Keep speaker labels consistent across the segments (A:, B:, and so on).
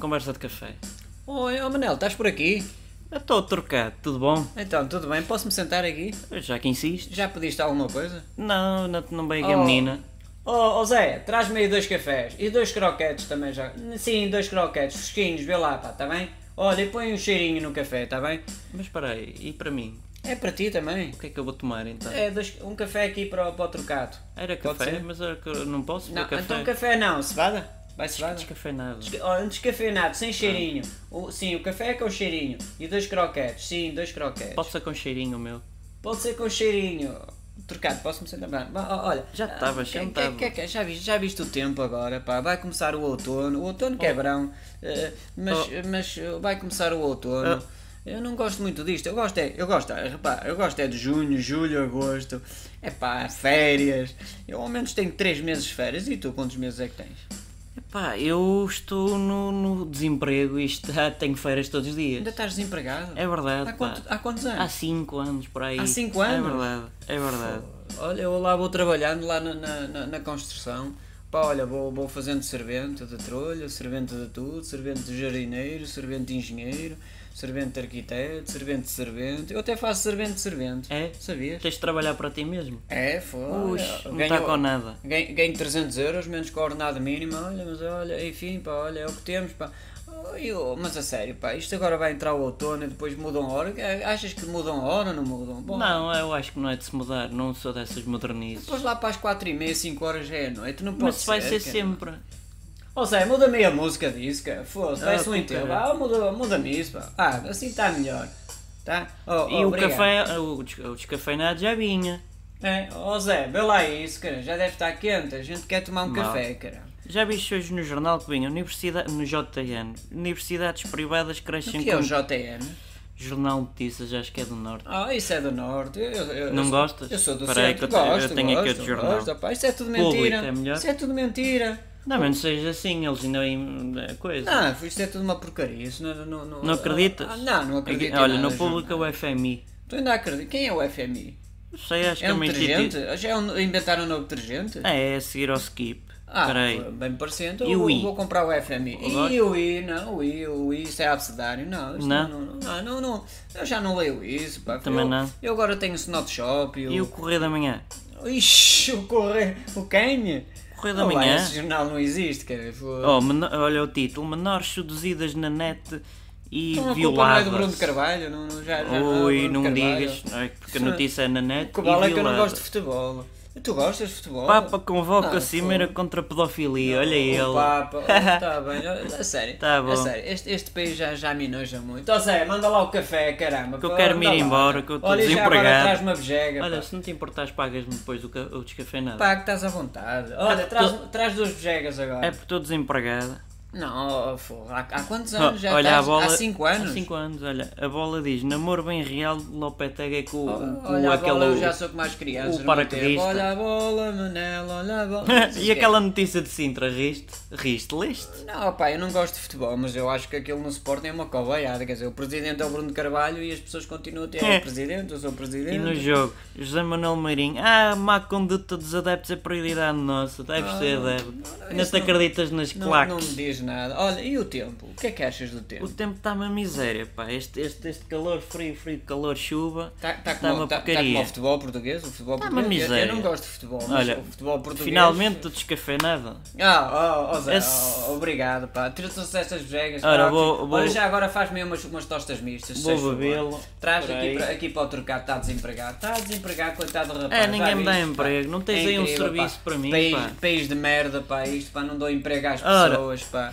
A: conversa de café.
B: Oi, oh, Manel, estás por aqui?
A: Eu estou trocado, tudo bom?
B: Então, tudo bem? Posso-me sentar aqui?
A: Já que insistes?
B: Já pediste alguma coisa?
A: Não, não, não veio aqui a
B: Oh.
A: menina.
B: Oh, oh Zé, traz-me aí dois cafés e dois croquetes também já. Sim, dois croquetes, fresquinhos, vê lá, pá, tá bem? Olha, e põe um cheirinho no café, tá bem?
A: Mas espera aí, e para mim?
B: É para ti também.
A: O que é que eu vou tomar então?
B: É, dois, um café aqui para, o- para o trocado.
A: Era
B: Pode
A: café,
B: ser?
A: mas era que eu não posso
B: Não,
A: beber café.
B: então café não, cevada? Vai cevada?
A: Antes café nada.
B: Desca- Ah. ó, um Descafeinado, sem cheirinho. O- sim, o café é com cheirinho. E dois croquetes, sim, dois croquetes.
A: Pode ser com cheirinho o meu.
B: Pode ser com um cheirinho. Trocado, posso-me sentar? Bah, bah, Olha,
A: Já
B: ah,
A: tava,
B: que-
A: já
B: que-
A: tava.
B: que- que- já, viste, já viste o tempo agora, pá. Vai começar o outono. O outono
A: Oh.
B: que é verão, eh, mas, mas eh, vai começar o outono.
A: Oh.
B: Eu não gosto muito disto. Eu gosto é, eu gosto, é, repá, eu gosto é de junho, julho, agosto. É pá, férias. Eu ao menos tenho 3 meses de férias. E tu quantos meses é que tens?
A: Epá, eu estou no, no desemprego e está, tenho férias todos os dias.
B: Ainda estás desempregado?
A: É verdade. pá.
B: Há, quanto- há quantos anos?
A: Há 5 anos por aí.
B: Há cinco anos?
A: É verdade, é verdade.
B: Olha, eu lá vou trabalhando lá na, na- na- na construção. Pá, olha, vou, vou fazendo servente de trolha, servente de tudo, servente de jardineiro, servente de engenheiro, servente de arquiteto, servente de servente. Eu até faço servente de servente.
A: É?
B: Sabias? tá
A: Tens de trabalhar para ti mesmo.
B: É, foi.
A: Ux, não está com nada.
B: Ganho, ganho 300 euros, menos com a ordenada mínima, olha, mas olha, enfim, pá, olha, é o que temos, pá. Ai, oh, mas a sério, pá, isto agora vai entrar o outono e depois mudam a hora. Achas que mudam a hora ou não mudam? Bom,
A: Não, eu acho que não é de se mudar, não sou dessas modernices.
B: Depois lá para as 4 e meia, 5 horas já é noite, não pode
A: Mas vai ser
B: cara.
A: sempre.
B: Ou seja, muda-me a música disso, cara. Foda-se,
A: Ah,
B: parece um
A: que
B: enterro.
A: caralho.
B: Ah, muda- muda-me isso, pá. Ah, assim está melhor. Tá? Oh,
A: E
B: oh,
A: o
B: obrigado.
A: café, o, des- o descafeinado já vinha.
B: É, ó Zé, vê lá isso, cara. Já deve estar quente, a gente quer tomar um
A: Mal.
B: café, cara.
A: Já viste hoje no jornal que vinha universidade, no JN. Universidades privadas
B: O
A: crescem
B: que é o
A: com
B: JN?
A: jornal notícias, acho que é do norte.
B: Ah, isso é do Norte. Eu- eu- eu
A: Não
B: sou-
A: gostas?
B: Eu sou do
A: Espera aí
B: Centro,
A: que eu te- eu
B: gosto,
A: tenho aqui
B: gosto,
A: outro jornal.
B: gosto, pá. Isto é tudo
A: Público,
B: mentira.
A: é melhor?
B: Isto é tudo mentira.
A: Não, mas não seja assim, eles ainda em é coisa.
B: Ah, isto é tudo uma porcaria. Isso não, não, não,
A: Não acreditas?
B: Ah, não, não
A: Aqui-
B: acredito. em
A: Olha,
B: nada,
A: no público é
B: jornal.
A: o FMI.
B: Tu ainda acreditas? Quem é o FMI?
A: Não sei, acho que
B: É
A: é
B: um
A: uma
B: detergente?
A: instituição.
B: Já é um, inventaram um novo detergente?
A: É, é a seguir ao skip.
B: Ah,
A: Espera aí.
B: bem me parecendo,
A: E
B: eu
A: o
B: vou,
A: I?
B: vou comprar o FMI.
A: Agora?
B: E o I, não, o I, o I, isso é abcedário, não. Isso
A: Não?
B: não? Não, não, não, não. eu já não leio isso, pá.
A: Também
B: eu,
A: não.
B: Eu agora tenho o Snotshop e o...
A: E o Correio da Manhã?
B: Ixi, o Correio, o quem?
A: Correio da
B: Olá,
A: Manhã?
B: esse jornal não existe, cara. Foi...
A: Oh, meno- olha o título: Menores seduzidas na net e
B: Então a culpa não é
A: violadas.
B: do Bruno Carvalho, não, não, já, já não é
A: Ui,
B: do Bruno
A: não me
B: Carvalho.
A: digas, não é? porque a notícia é na net.
B: O que vale
A: e
B: é que eu não
A: violada.
B: gosto de futebol. Tu gostas de futebol?
A: Papa convoca
B: Ah,
A: a cimeira contra a pedofilia, olha
B: O
A: ele.
B: Papa, está tá bem, a sério.
A: Tá bom.
B: A sério, este, este país já, já me enoja muito. Ó Zé, manda lá o café, caramba.
A: Que eu
B: pá,
A: quero me ir
B: anda lá.
A: embora, que eu tô
B: Olha, já agora
A: desempregado.
B: traz-me a bejega,
A: Olha,
B: pá.
A: se não te importares, pagas-me depois o, ca- o descafeinado.
B: Pá, que estás à vontade. Olha, traz, traz duas bejegas agora.
A: Ah, É porque estou desempregado.
B: Não, oh, fogo, há, há quantos anos já
A: Ah, Oh, olha
B: estás?
A: a bola.
B: Há cinco anos?
A: Há cinco anos, olha. A bola diz: namoro bem real, Lopetegui com, com
B: Oh, Olha a
A: aquele.
B: bola, eu já sou que mais criança.
A: o paraquedista.
B: Olha a bola, Manela, olha a bola.
A: e aquela notícia de Sintra, riste? Riste, leste?
B: Não, pá, eu não gosto de futebol, mas eu acho que aquilo no Sporting é uma covaiada. Quer dizer, o presidente é o Bruno Carvalho e as pessoas continuam a ter "Ah,
A: É.
B: o presidente, eu sou o presidente.
A: E no jogo, José Manuel Marinho, ah, má conduta dos adeptos é prioridade nossa, deve ser, deve. Ainda
B: isso
A: te
B: Ah, não-
A: acreditas nas
B: não,
A: claques.
B: não me diz nada. Olha, e o tempo? O que é que achas do tempo?
A: O tempo está uma miséria, pá. Este, este, este calor frio, frio, calor, chuva.
B: Está tá
A: tá
B: como,
A: uma
B: tá, tá
A: porcaria.
B: como o futebol português? O futebol
A: Tá uma
B: português? Eu- Eu,
A: miséria.
B: não gosto de futebol, mas
A: Olha,
B: o futebol português.
A: Finalmente o descafeinado.
B: Ah, oh, oh, Zé,
A: Esse-
B: oh, obrigado, pá. Tira-te essas bregas.
A: Ora,
B: pá. tipo,
A: vou- vou-
B: Olha, já agora faz-me umas, umas tostas mistas. se
A: Vou
B: faz favor.
A: bebê-lo.
B: Traz
A: Por
B: aqui
A: aí.
B: para, aqui para o trocado, está desempregado. Está desempregado, coitado do rapaz.
A: É,
B: já
A: ninguém me dá
B: viste, pá. É
A: emprego. Não tens aí um serviço
B: pá.
A: para mim,
B: país,
A: pá.
B: País de merda, pá. Isto, pá, não dou emprego às
A: Ora.
B: pessoas, pá.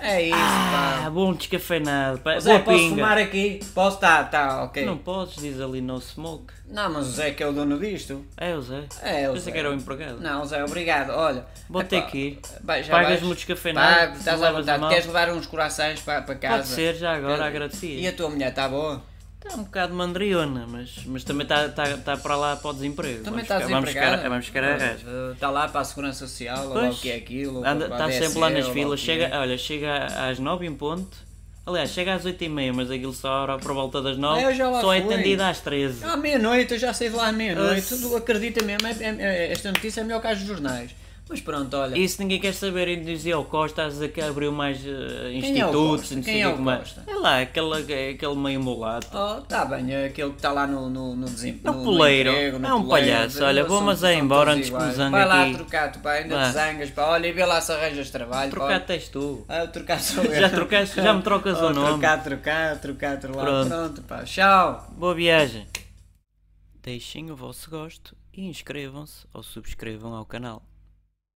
B: É isso, pá.
A: Ah, bom descafeinado, pá.
B: Ô, Zé,
A: Boa
B: posso
A: pinga.
B: fumar aqui? Posso? Tá, tá, ok.
A: Não
B: Não.
A: podes, diz ali no smoke.
B: mas o Zé que é o dono disto.
A: É, o Zé.
B: É, o
A: Pensei
B: Zé.
A: que era um o empregado.
B: Não, Zé, obrigado. Olha.
A: Vou
B: epá,
A: ter que ir.
B: vai, já
A: Pagas-me
B: vais?
A: o descafeinado,
B: Pago, estás
A: não
B: à
A: levas a
B: vontade.
A: mal.
B: Queres levar uns corações para, para casa?
A: Pode ser, já agora,
B: Eh,
A: agradecia.
B: E a tua mulher, está boa?
A: Está um bocado mandriona, mas, mas também está tá, tá para lá para o desemprego.
B: Também
A: vamos
B: está
A: ficar- vamos
B: desempregada? Ah.
A: ficar- Vamos ficar a resto.
B: Está eh, tá lá para a Segurança Social, ou lá o que é aquilo. ou para a
A: Está
B: ADSE,
A: tá sempre lá nas
B: ou o
A: filas.
B: que é.
A: Chega, olha, chega às 9 em ponto. Aliás, chega às 8 e meia, mas aquilo só era por volta das 9.
B: Ah, eu já lá
A: só é
B: fui.
A: atendida às 13.
B: Ah, À meia-noite, eu já saí de lá à meia-noite.
A: Ah,
B: Tu Acredita mesmo, é- é- é- esta notícia é melhor que as dos jornais. Mas pronto, olha.
A: Isso ninguém quer saber. E dizia o Costa, a dizer que abriu mais eh,
B: Quem é o
A: institutos,
B: Costa?
A: não sei
B: Quem é
A: o
B: o
A: que mais.
B: Costa?
A: É lá, aquele, aquele meio mulato.
B: Oh, tá bem, é aquele que está lá no, no, no desempenho.
A: No poleiro.
B: emprego,
A: É um palhaço.
B: são-
A: Olha, vou,
B: são-
A: mas é
B: são
A: embora
B: todos
A: antes que me
B: iguais.
A: zangue
B: Vai lá
A: aqui.
B: trocar-te, pá, ainda
A: Vá.
B: te zangas, pá. Olha, e vê lá se arranjas trabalho. pá, olha.
A: Trocar tens tu.
B: Ah, eu trocar sou eu.
A: Já trocaste? Já me trocas o
B: Oh,
A: nome.
B: Trocar, trocar, trocar, trocar.
A: Pronto.
B: Pronto. Pronto, pá. Tchau.
A: Boa viagem. Deixem o vosso gosto e inscrevam-se ou subscrevam ao canal.